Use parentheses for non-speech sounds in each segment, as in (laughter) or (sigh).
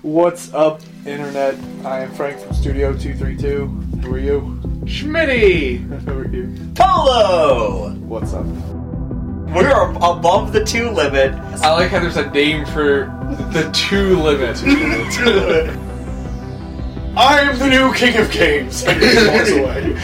What's up, Internet? I am Frank from Studio 232. Who are you? (laughs) Schmitty! Who are you? Polo! What's up? We're ab- above the two (laughs) limit. I like how there's a name for the two limit. I am the new King of Games! (laughs) And he walks away. (laughs)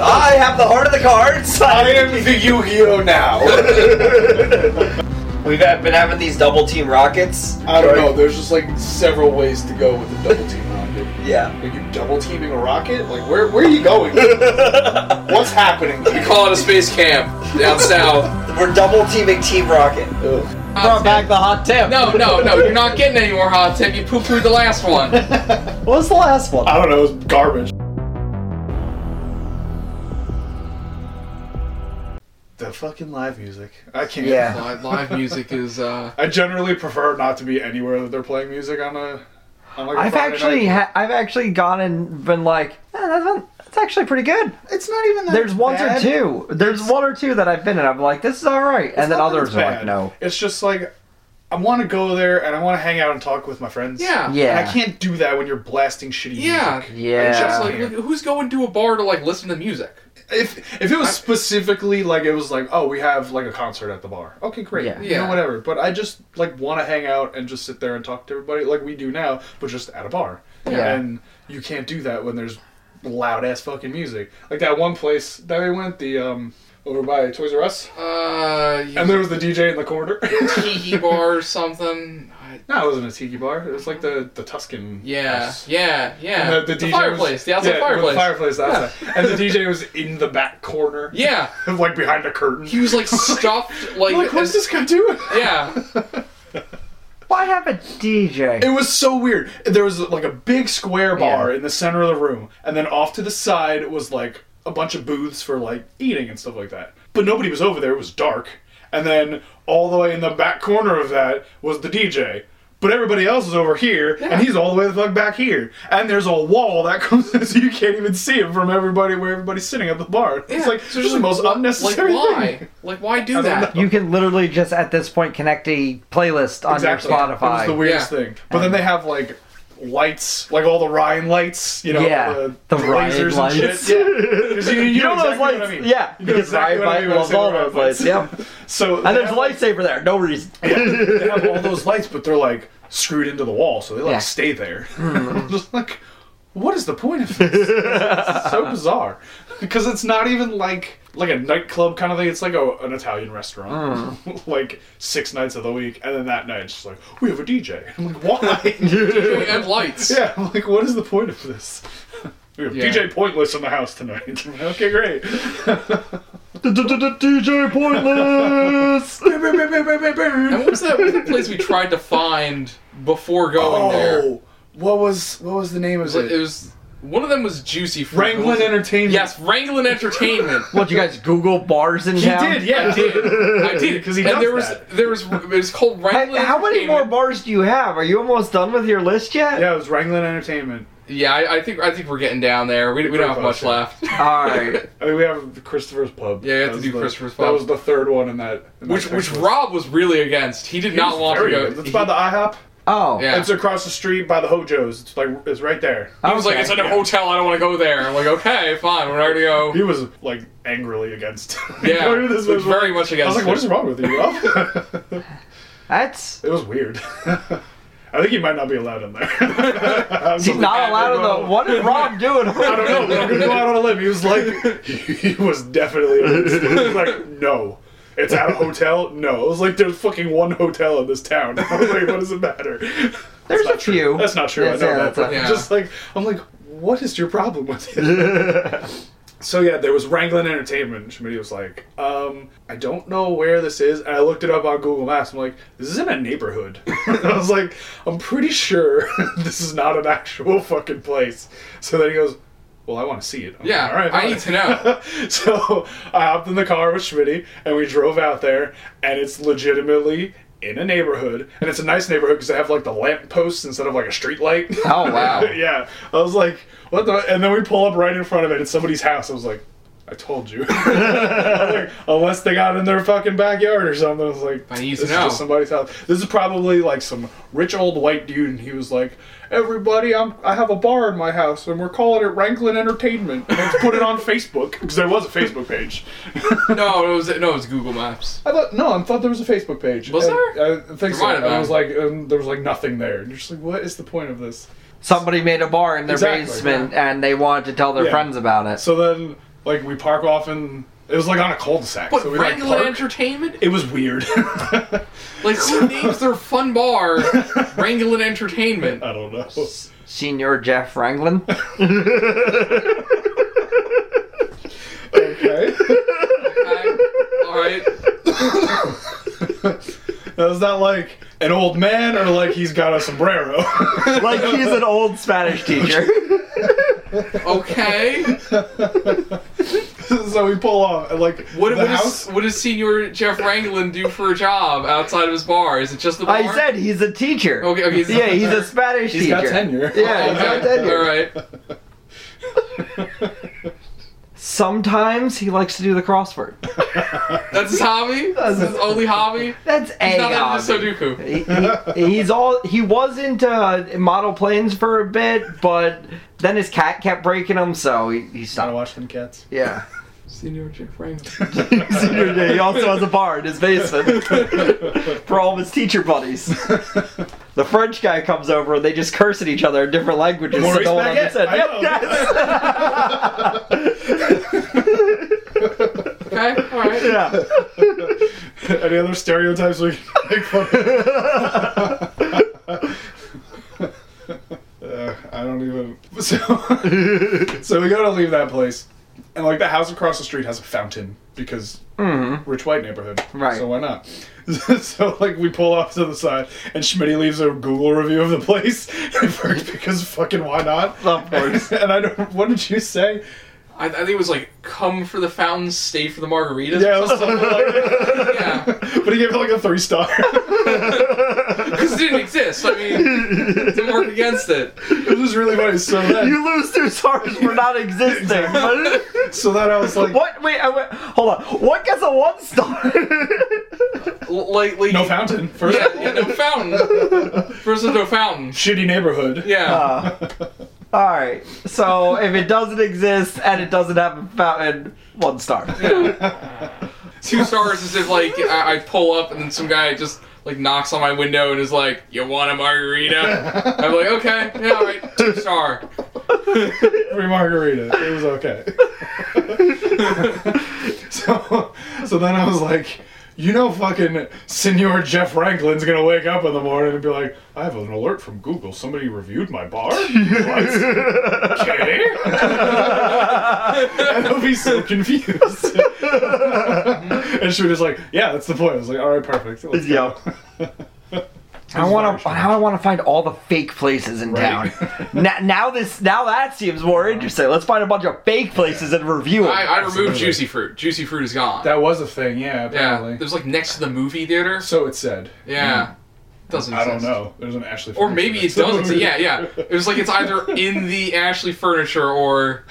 I have the heart of the cards. I am the Yu Gi Oh! now! We've had- been having these double team rockets. I don't know, there's just like several ways to go with the double team rocket. Yeah. (laughs) Are you double teaming a rocket? Like, where, where are you going? What's happening? (laughs) We (laughs) call it a space camp down south. We're double teaming Team Rocket. Ugh. Hot tip. the hot tip. No, no, no, you're not getting any more hot tip. You poo pooed the last one. What was the last one? I don't know, it's garbage. The fucking live music. I can't. Yeah. (laughs) Live, live music is, uh. I generally prefer not to be anywhere that they're playing music on a. On like a I've Friday actually, night. ha- I've actually gone and been like, eh, that's, not- that's actually pretty good. It's not even that. There's ones bad. or two. There's one or two that I've been in. I'm like, this is all right, and then Not that others it's are like, bad. no. It's just like I want to go there and I want to hang out and talk with my friends. Yeah. And I Yeah, can't do that when you're blasting shitty Yeah. music. It's just yeah. like, look, who's going to a bar to, like, listen to music? If if it was specifically like it was like oh we have like a concert at the bar okay great Yeah. you know Yeah. whatever but I just like want to hang out and just sit there and talk to everybody like we do now but just at a bar Yeah. and you can't do that when there's loud ass fucking music like that one place that we went the um over by Toys R Us Uh. and (laughs) there was the DJ in the corner (laughs) Tiki bar or something. I- No, it wasn't a tiki bar. It was like the the Tuscan. Yeah, house. yeah, And yeah. The, the, DJ fireplace, was, the outside yeah, with fireplace. The fireplace outside. And the DJ was in the back corner, yeah, (laughs) like behind a curtain. he (laughs) was like stuffed, like, like, what's as- this guy doing? yeah, Why have a DJ? It was so weird. There was like a big square bar Yeah. in the center of the room, and then off to the side was like a bunch of booths for like eating and stuff like that. But nobody was over there. It was dark, and then all the way in the back corner of that was the DJ. But everybody else is over here, and he's all the way the fuck back here. And there's a wall that (laughs) comes in, so you can't even see him from everybody where everybody's sitting at the bar. It's Yeah. like So just the like, most wh- unnecessary Like why? thing. Like why do don't that? You can literally just at this point connect a playlist on your It was the Spotify. weirdest Yeah. thing. But then they have like lights, like all the Ryan lights, you know, Yeah, the, the Ryan lasers and lights. shit. Yeah. 'Cause you, you know exactly what I mean. yeah, You know because exactly what I Ryan mean when I loves say all the Ryan those lights. (laughs) Yep, So and they there's have, lightsaber there. (laughs) No reason. they have all those lights, but they're like screwed into the wall, so they like Yeah. stay there. (laughs) Mm-hmm. Just like, what is the point of this? It's so bizarre (laughs) because it's not even like like a nightclub kind of thing. It's like a, an Italian restaurant, (laughs) Mm. like six nights of the week, and then that night it's just like we have a DJ. (laughs) I'm like, (laughs) why? and lights. Yeah, I'm like, what is the point of this? (laughs) We have Yeah. DJ Pointless in the house tonight. (laughs) okay, (laughs) great. DJ pointless. And what was that what was the place we tried to find before going there? Oh, what was what was the name of It was, it? it was one of them was juicy fruit. Wranglin Entertainment. Yes, Wranglin Entertainment. What you guys Google bars in he town? did. (laughs) Yeah, he did. I (laughs) did 'Cause he and does there was that. there was it was called Hey, Wranglin. how many more Entertainment. bars do you have? Are you almost done with your list yet? Yeah, it was Wranglin Entertainment. Yeah, I, I think I think we're getting down there. We, we don't have much left. All right. I mean, we have Christopher's Pub. Yeah, you have That to was do the- Christopher's That Pub. was the third one in that. In (laughs) Which that which checklist. Rob was really against. He did It not was want to very go. good. It's he, by the IHOP. (laughs) Oh. Yeah. It's across the street by the Hojos. It's like it's right there. he was like, Okay. it's in a hotel. I don't want to go there. I'm like, okay, fine. We're not (laughs) gonna go. He was like angrily against. (laughs) Yeah, going to this was was very much I was against. like, what it. is wrong with you, Rob? (laughs) (laughs) That's It was weird. (laughs) I think he might not be allowed in there. (laughs) I'm he's just- not allowed to the. What is Rob (laughs) doing? I don't know. but I'm gonna go out on a limb. He was like, (laughs) he was definitely against it. He was like, no. It's at a hotel? No. It was like, there's fucking one hotel in this town. (laughs) I was like, what does it matter? There's That's not a true. few. That's not true. Yes, I know yeah, that. that's a- But Yeah. Just like, I'm like, what is your problem with (laughs) it? so yeah, there was Wranglin Entertainment. and Schmidt was like, um, I don't know where this is, and I looked it up on Google Maps. I'm like, this is in a neighborhood. (laughs) I was like, I'm pretty sure (laughs) this is not an actual fucking place. So then he goes. Well, I want to see it. I'm like, Yeah, I fine." need to (laughs) know. (laughs) so I hopped in the car with Schmitty and we drove out there, and it's legitimately in a neighborhood, and it's a nice neighborhood because they have like the lamp posts instead of like a street light. (laughs) Oh wow. (laughs) yeah, I was like, what the? And then we pull up right in front of it. It's somebody's house. I was like, I told you. (laughs) I'm like, Unless they got in their fucking backyard or something. I was like, I need this to is know." just somebody's house. This is probably like some rich old white dude, and he was like, "Everybody, I'm I have a bar in my house, and we're calling it Ranklin Entertainment. And let's put it on Facebook because there was a Facebook page. (laughs) No, it was no, it was Google Maps. I thought no, I thought there was a Facebook page. Was And there? I think There so. might have And I been. was like, and there was like nothing there. And you're just like, what is the point of this? Somebody made a bar in their Exactly, basement and they wanted to tell their Yeah. friends about it. So then, like, we park off and it was like on a cul-de-sac. But so we like regular park. entertainment? it was weird. (laughs) I Like (laughs) who names their fun bar Wrangling Entertainment? don't know. Senior Jeff Franklin. (laughs) Okay. (laughs) Okay. All right. that was not like an old man or like he's got a sombrero. like he's an old Spanish (laughs) teacher. Okay. (laughs) so we pull off and like What, the what, house. (laughs) does, what does Senior Jeff Wranglin do for a job outside of his bar? Is it just the bar? I said he's a teacher. Okay, okay, he's a- yeah, he's a Spanish He's teacher. got tenure. Yeah, he's got Okay. tenure. All right. Sometimes he likes to do the crossword. That's his hobby. That's his only hobby. That's a He's not hobby. into Sudoku. he, he- he's all he was into uh, model planes for a bit, but then his cat kept breaking him, so he, he Gotta stopped. watch them cats. Yeah. Senior Jeff Wranglin. Senior day, he (laughs) also has (laughs) a bar in his basement (laughs) for all of his teacher buddies. The French guy comes over and they just curse at each other in different languages. Maurice no one Baguette, understands. I Yep, know. Okay. All right. yes. yeah. (laughs) Any other stereotypes we can make fun of? (laughs) Uh, I don't even. (laughs) So, so we go to leave that place, and like the house across the street has a fountain because rich white neighborhood, Right. So why not? (laughs) so like we pull off to the side, and Schmitty leaves a Google review of the place (laughs) because fucking why not? Of (laughs) course. and I don't. What did you say? (laughs) I, I think it was like come for the fountain, stay for the margaritas. Yeah, it (laughs) or was something. something (laughs) like that. yeah. But he gave it like a three star. (laughs) Because it didn't exist. I mean, it didn't work (laughs) against it. It was really funny. So then, You lose two stars for not existing. but- so then I was like, what? Wait, I, wait, hold on. What gets a (laughs) one star? L- Like, like No fountain. First, Yeah, (laughs) yeah, no fountain. First of no fountain. shitty neighborhood. (laughs) Yeah. Uh, all right. So if it doesn't exist and it doesn't have a fountain, one star. Two stars is if like I, I pull up and then some guy just like knocks on my window and is like, "You want a margarita?" I'm like, "Okay, yeah, all right, two star." Free margarita. It was okay. (laughs) so, so then I was like, you know, fucking Senor Jeff Franklin's gonna wake up in the morning and be like, I have an alert from Google. Somebody reviewed my bar. What? okay. (laughs) and he'll be so confused. (laughs) and she was like, yeah, that's the point. I was like, all right, perfect. Let's go. Yo. I want to. I want to find all the fake places in Right. town. now, now this. Now that seems more interesting. Let's find a bunch of fake places and review them. I, I removed Absolutely. juicy fruit. Juicy fruit is gone. That was a thing, yeah, yeah, apparently. it was like next to the movie theater. So it said. Yeah, doesn't. Hmm. I Exist. don't know. There's an Ashley. Or Furniture maybe it next to doesn't. it. So yeah, yeah. (laughs) It was like it's either in the Ashley furniture or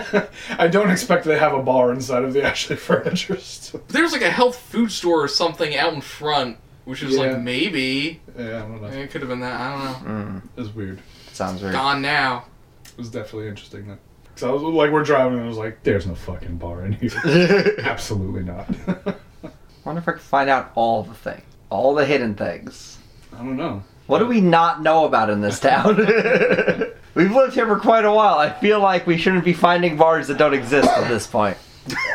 (laughs) I don't expect they have a bar inside of the Ashley Furniture store. there's like a health food store or something out in front, which is Yeah. like maybe (laughs) Yeah, I don't know. it could have been that. I don't know. It was weird. Sounds weird. Gone now. It was definitely interesting though. So I was like, we're driving, and I was like, "There's no fucking bar in here. Absolutely not." (laughs) I Wonder if I can find out all the things, all the hidden things. don't know. What do we not know about in this town? (laughs) We've lived here for quite a while. I feel like we shouldn't be finding bars that don't exist at this point.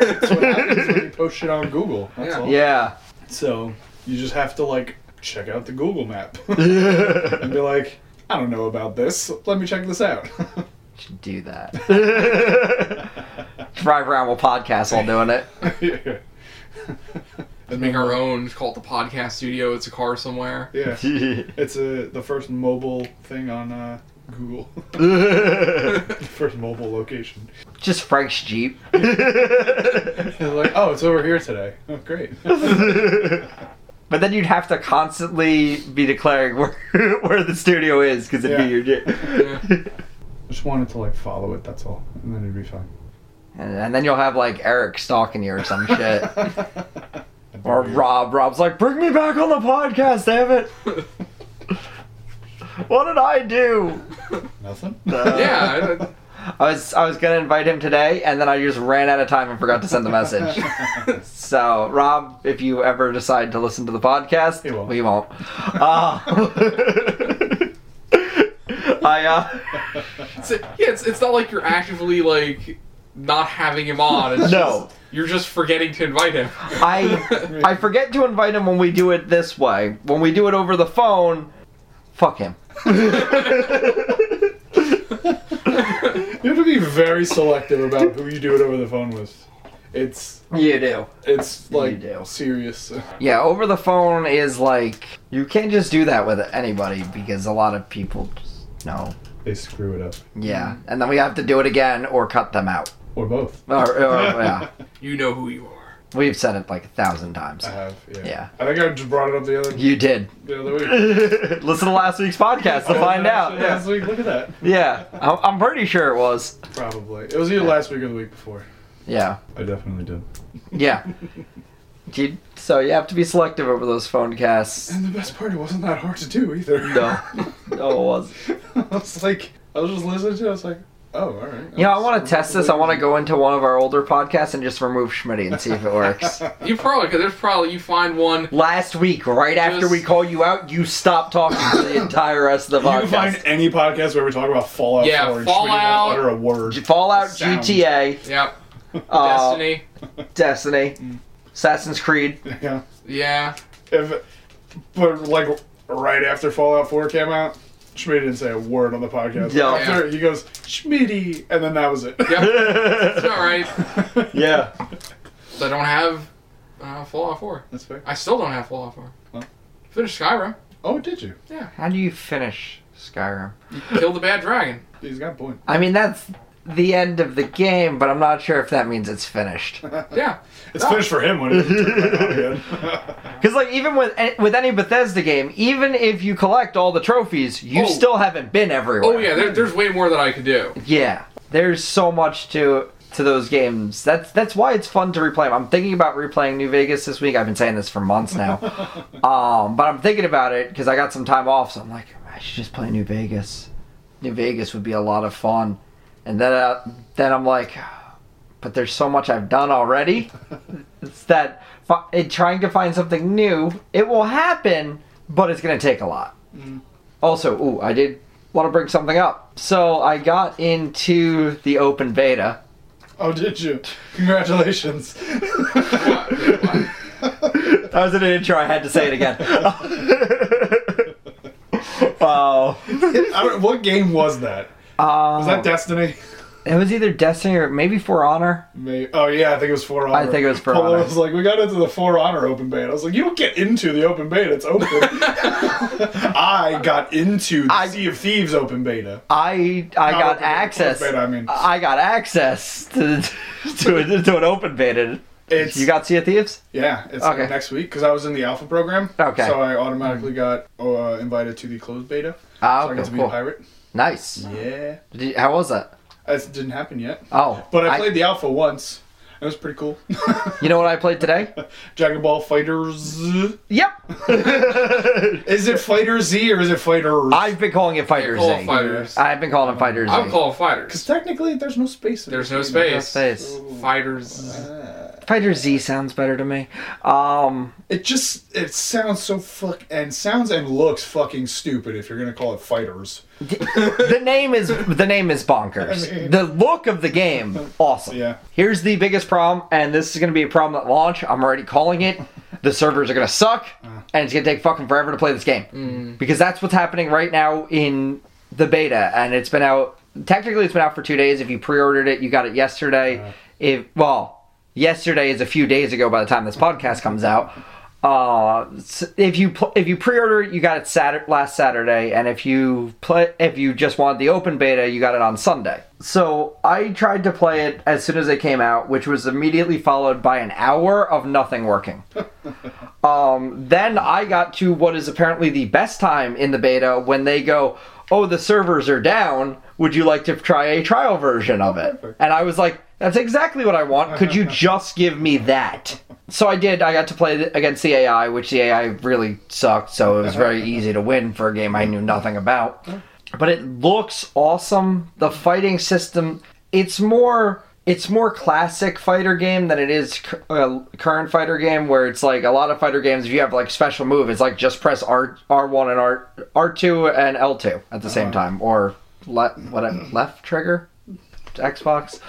That's what happens when you post shit on Google. That's Yeah. all. Yeah. So you just have to like check out the Google map (laughs) and be like, "I don't know about this. Let me check this out." (laughs) Should do that. Drive around with podcasts while doing it. yeah. And Make then, our like, own. Just call it the podcast studio. It's a car somewhere. (laughs) Yeah. It's a the first mobile thing on uh, Google. (laughs) first mobile location. Just Frank's Jeep. They're like, oh, it's over here today. Oh, great. (laughs) But then you'd have to constantly be declaring where, (laughs) where the studio is because it'd Yeah. be your Jeep. Yeah. Just wanted to like follow it. That's all, and then it'd be fine. And, and then you'll have like Eric stalking you or some (laughs) shit. (laughs) or Rob. Rob's like, bring me back on the podcast, damn it. what did I do? (laughs) Nothing. Yeah. I- I was I was gonna invite him today, and then I just ran out of time and forgot to send the (laughs) message. so, Rob, if you ever decide to listen to the podcast, He won't. we won't. Uh, (laughs) I uh, (laughs) It's, yeah, it's, it's not like you're actively like not having him on. It's (laughs) No. just, you're just forgetting to invite him. I I forget to invite him when we do it this way. When we do it over the phone, fuck him. You have to be very selective about who you do it over the phone with. It's You do. it's You like do. serious. Yeah, over the phone is like you can't just do that with anybody because a lot of people just know. They screw it up, Yeah, and then we have to do it again or cut them out. or both. Or, (laughs) or Oh, yeah, (laughs) you know who you are. we've said it like a thousand times. I have. Yeah. Yeah. I think I just brought it up the other You did. the other week. (laughs) Listen to last week's podcast to Oh, find out. Last Yeah, week, look at that. yeah. I'm- I'm pretty sure it was. Probably. It was either last week or the week before. Yeah, I definitely did. yeah. You, so you have to be selective over those phone casts. And the best part, it wasn't that hard to do either. No, (laughs) no, it was. I was like, I was just listening to it. I was like, oh, all right. You know, I want to test this. I want to go into one of our older podcasts and just remove Schmitty and see if it works. You probably because there's probably you find one. Last week, right after we call you out, you stop talking for (coughs) the entire rest of the You can find podcast. any podcast where we talk about Fallout Yeah, 4 and Schmitty won't Fallout. utter a (laughs) word. Fallout, Sound. GTA, Yep. uh, Destiny. Destiny, (laughs) Assassin's Creed. Yeah. Yeah. If, but like right after Fallout 4 came out, Schmitty didn't say a word on the podcast. Yeah. After, he goes, Schmitty, and then that was it. (laughs) Yep. It's all right. Yeah. So I don't have uh, Fallout 4. That's fair. I still don't have Fallout 4. Huh? Finished Skyrim. Oh, did you? How do you finish Skyrim? Killed the bad dragon. He's got a point. I mean, that's the end of the game, but I'm not sure if that means (laughs) it's finished. Yeah. It's finished for him when he turns back on again. Because like even with with any Bethesda game, even if you collect all the trophies, you Oh. still haven't been everywhere. Oh yeah. There, there's way more that I could do. Yeah, there's so much to to those games. That's that's why it's fun to replay. 'em. I'm thinking about replaying New Vegas this week. I've been saying this for months now, um, but I'm thinking about it because I got some time off. So I'm like, I should just play New Vegas. New Vegas would be a lot of fun. And then uh, then I'm like, but there's so much I've done already. it's that fi- it, trying to find something new. It will happen, but it's gonna take a lot. Also, ooh, I did want to bring something up. So I got into the open beta. (laughs) Oh, did you? (laughs) Congratulations. That was an intro. I had to say it (laughs) again. oh, I don't- what game was that? um, Was that Destiny? it was either Destiny or maybe For Honor. May- Oh yeah, I think it was For Honor. think it was For Paula Honor. was like, "We got into the For Honor open beta." I was like, "You don't get into the open beta; it's open." (laughs) I got into the I- Sea of Thieves open beta. I I Not got open beta, access. closed beta, I mean. I got access to to, a, to an open beta. It's You got Sea of Thieves? yeah, it's Okay. next week because I was in the alpha program. Okay. so I automatically got uh, invited to the closed beta, Oh, so I got to be a pirate. Nice. Yeah, Did you- how was that? it didn't happen yet, Oh, but I played the alpha once. It was pretty cool. You know what I (laughs) played today? Dragon Ball Fighters. yep. (laughs) Is it Fighter Z or is it Fighters? I've been calling it Fighter Call Z. fighters. I've been calling it Fighter Z. I'm calling Because fighters. technically, there's no space. In There's no between. space. Space. Fighters. Fighter Z sounds better to me. Um, It just it sounds so fuck and sounds and looks fucking stupid if you're gonna call it fighters. (laughs) the name is the name is bonkers. I mean- the look of the game, awesome. Yeah. Here's the biggest problem, and this is going to be a problem at launch. I'm already calling it. The servers are going to suck, Uh. and it's going to take fucking forever to play this game Mm. because that's what's happening right now in the beta, and it's been out. Technically, it's been out for two days. If you pre-ordered it, you got it yesterday. Uh. If well, yesterday is a few days ago. By the time this podcast comes out. Uh, s- if you pl- if you pre-order it, you got it Saturday last Saturday, and if you play if you just want the open beta, you got it on Sunday. So I tried to play it as soon as it came out, which was immediately followed by an hour of nothing working. Um, then I got to what is apparently the best time in the beta when they go, "Oh, the servers are down. Would you like to try a trial version of it?" And I was like, That's exactly what I want. Could you just give me that? So I did. I got to play th- against the AI, which the AI really sucked. So it was very easy to win for a game I knew nothing about. But it looks awesome. The fighting system, it's more it's more classic fighter game than it is cu- uh, current fighter game where it's like a lot of fighter games if you have like special move it's like just press R R1 and R R2 and L2 at the same time or le- what left trigger Xbox.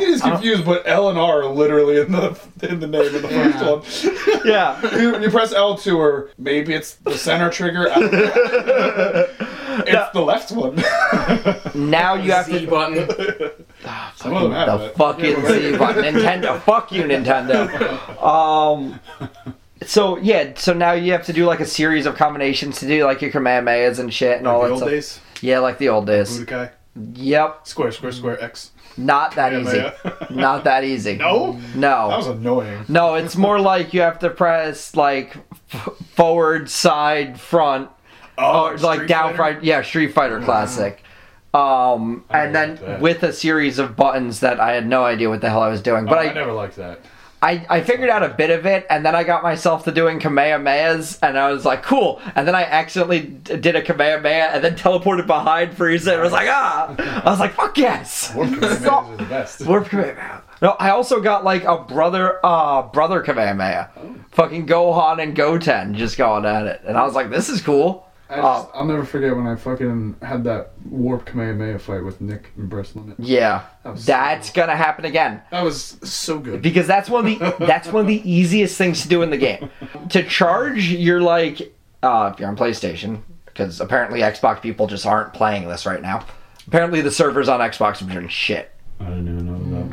(laughs) It is confused, but L and R are literally in the in the name of the Yeah. first one. (laughs) yeah. you, you press L two, or maybe it's the center trigger. I don't know. it's the left one. (laughs) Now you have Z to button. Some of them have the it. fucking Z (laughs) button. Nintendo, fuck you, Nintendo. Um, so yeah, so now you have to do like a series of combinations to do like your Kamehamehas and shit and all the that old stuff. days, Yeah, like the old days. Budokai, Yep, square, square, square, X. not that easy. (laughs) Kamehameha. Not that easy. No, No. that was annoying. No, it's more like you have to press like f- forward, side, front, Oh, or like Street down Fighter? fight. Yeah, Street Fighter classic. Um, Mm. I and like then that. with a series of buttons that I had no idea what the hell I was doing, but Oh, I, never liked (laughs) that. I, I figured out a bit of it, and then I got myself to doing Kamehamehas, and I was like, cool. And then I accidentally d- did a Kamehameha, and then teleported behind Frieza, and was like, ah! I was like, fuck yes! (laughs) (laughs) Warp Commanders are the best. Warp Kamehameha. No, I also got like a brother, uh, brother Kamehameha. Oh. Fucking Gohan and Goten just going at it. And I was like, this is cool. Um, I just- will never forget when I fucking had that Warp Kamehameha fight with Nick and Breslin. Yeah. That was so That's gonna happen again. That was so good. because that's one of (laughs) the that's one of the easiest things to do in the game. To charge, you're like uh, if you're on PlayStation, because apparently Xbox people just aren't playing this right now. Apparently, the servers on Xbox are doing shit. I didn't even know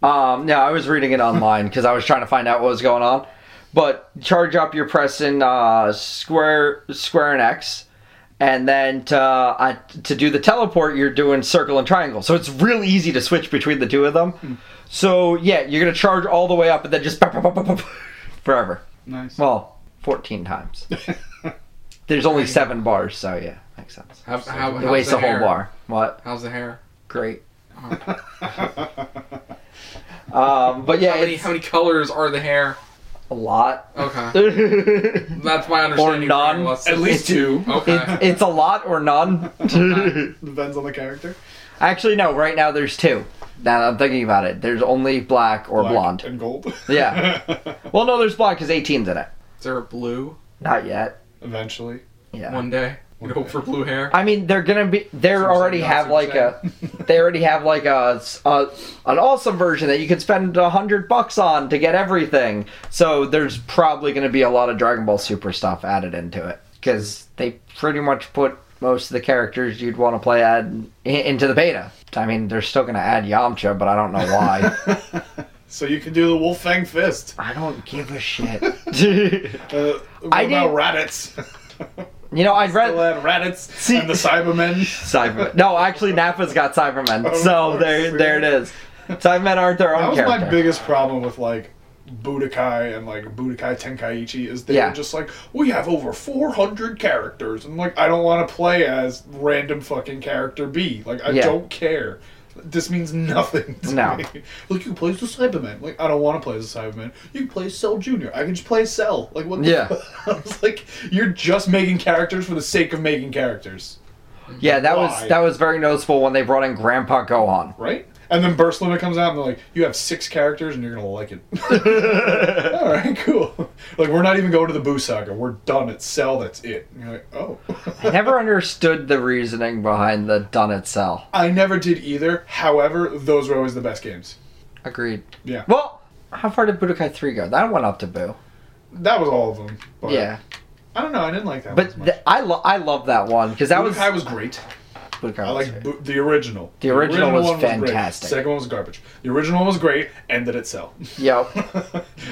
that. Um, no, I was reading it online because I was trying to find out what was going on. But charge up, you're pressing uh, square square and X, and then to uh, to do the teleport, you're doing circle and triangle. So it's real easy to switch between the two of them. So yeah, you're gonna charge all the way up, and then just pop, pop, pop, pop, pop, (laughs) forever. Nice. Well, 14 times. There's only seven bars, so yeah, makes sense. How, how, It how's wastes the a whole hair? bar. What? How's the hair? Great. Um, but yeah, How many, it's how many colors are the hair? a lot. (laughs) Okay, it, that's my understanding. of none. hair (laughs) loss. At least two. Okay. it's a lot or none. Depends on the character. Actually, no. Right now, there's two. Now that I'm thinking about it, there's only black or Black blonde. and gold. (laughs) Yeah. Well, no, there's black because 18's in it. Is there a blue Not yet. Eventually. Yeah. one day? You One hope day. for blue hair. I mean, they're gonna be. They Seems already like have Nazi like a. They already have like a, s- a- an awesome version that you could spend a hundred bucks on to get everything. So there's probably gonna be a lot of Dragon Ball Super stuff added into it because they pretty much put most of the characters you'd want to play ad i- into the beta. I mean, they're still gonna add Yamcha, but I don't know (laughs) why. So you can do the Wolf Fang Fist. I don't give a (laughs) shit. Uh, what I about didn't- Raditz? (laughs) you know, I'd Still read. had Raditz and the (laughs) Cybermen. Cybermen. No, actually, Nappa's got Cybermen, Of so course, there, yeah. there it is. Cybermen aren't their That own was character. my biggest problem with like Budokai and like Budokai Tenkaichi is they Yeah. were just like we have over 400 characters and like I don't want to play as random fucking character B. Like I Yeah. don't care. This means nothing to No. me. (laughs) Like you can play as the Cyberman. Like I don't want to play as the Cyberman. You can play as Cell Junior. I can just play as Cell. Like what? Yeah. The (laughs) I was like, you're just making characters for the sake of making characters, Yeah, that Why? was that was very noticeable when they brought in Grandpa Gohan. right? And then Burst Limit comes out and they're like, you have six characters and you're gonna like it. all right, cool. Like, we're not even going to the Boo Saga. We're done. It's Cell. That's it. And you're like, oh. (laughs) I never understood the reasoning behind the done it cell. I never did either. However, those were always the best games. Agreed. Yeah. Well, how far did Budokai three go? That went up to Boo. That was all of them. But yeah, I don't know. I didn't like that but one. th- I lo- I love that one because that That was, was Budokai was great. Budokai I was like great. Bu- the original. The original was one great. fantastic. Second one was garbage. The original one was great. Ended at Cell. (laughs) Yep.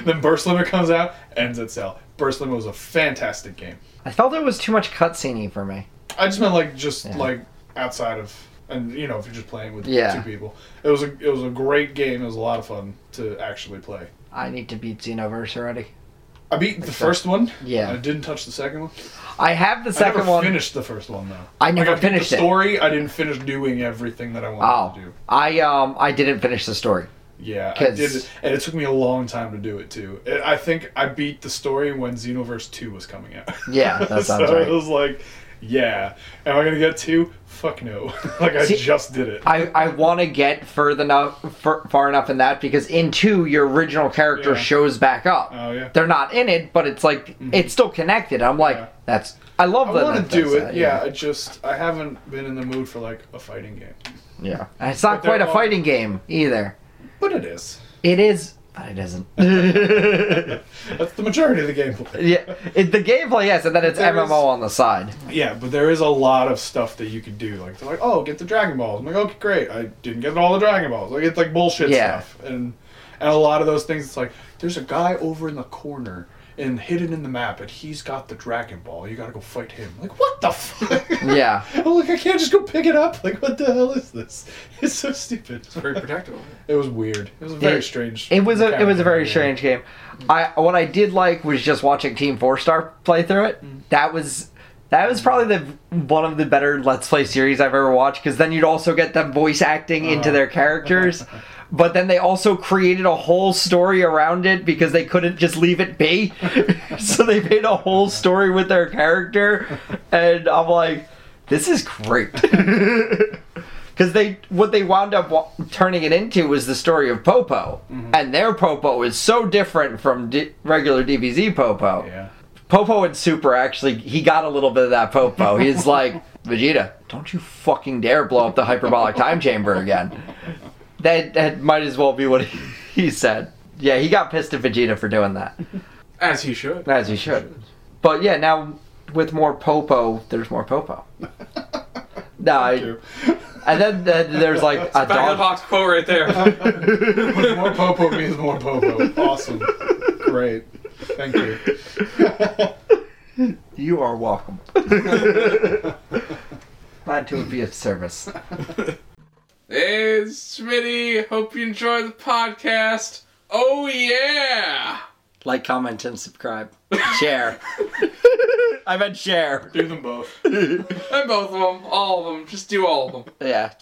then Burst Limit comes out. Ends at Cell. Burst Limit was a fantastic game. I felt it was too much cutscene for me. I just meant like just like outside of and you know if you're just playing with Yeah. two people, it was a it was a great game. It was a lot of fun to actually play. I need to beat Xenoverse already. I beat the first one. Yeah. I didn't touch the second one. I have the second I never one. finished the first one though. I never beat the finished it. Story. I didn't finish doing everything that I wanted Oh, to do. I um I didn't finish the story. Yeah, I 'Cause- did, it- and it took me a long time to do it too. I- I think I beat the story when Xenoverse Two was coming out. Yeah, (laughs) that sounds so right. it was like, yeah, am I gonna get two? Fuck no. (laughs) like I See- just did it. I, I want to get further enough fur, far enough in that because in two your original character Yeah. shows back up. Oh, yeah. Mm-hmm. They're not in it, but it's like it's still connected. I'm like Yeah. that's I love I that. want that to do does it. that, yeah. I just I haven't been in the mood for like a fighting game, yeah. And it's But not they're quite a all- fighting game either. but it is. It is, but it isn't. (laughs) That's the majority of the gameplay. (laughs) yeah, it, the gameplay yes, and then it's There MMO is- on the side. Yeah, but there is a lot of stuff that you could do. Like they're like, oh, get the Dragon Balls. I'm like, okay, great. I didn't get all the Dragon Balls. Like it's like bullshit Yeah. stuff, and and a lot of those things. It's like there's a guy over in the corner and hidden in the map, and he's got the Dragon Ball. You got to go fight him. Like what the fuck? Yeah. (laughs) I'm like, I can't just go pick it up. Like what the hell is this? It's so stupid. (laughs) Very protective. It was weird. It was a very It- strange. It was a it was a very Yeah. strange game. I what I did like was just watching Team Four Star play through it. That was that was probably the one of the better Let's Play series I've ever watched because then you'd also get them voice acting into their characters. But then they also created a whole story around it because they couldn't just leave it be. (laughs) so they made a whole story with their character. And I'm like, this is great. (laughs) Because they what they wound up wa- turning it into was the story of Popo, and their Popo is so different from D- regular DBZ Popo. Yeah. Popo and Super actually he got a little bit of that Popo. He's like Vegeta, don't you fucking dare blow up the hyperbolic time chamber again. That that might as well be what he, he said. Yeah, he got pissed at Vegeta for doing that, As he should. as he should. But yeah, now with more Popo, there's more Popo. No, I, and then uh, there's like a Back of the dog. box quote right there. more popo means more popo. Awesome. Great. Thank you. You are (laughs) welcome. Glad to be of service. hey, Smitty. Hope you enjoyed the podcast. Oh yeah. Like, comment, and subscribe. (laughs) Share. I meant share. Do them both. And both of them, all of them, just do all of them. Yeah.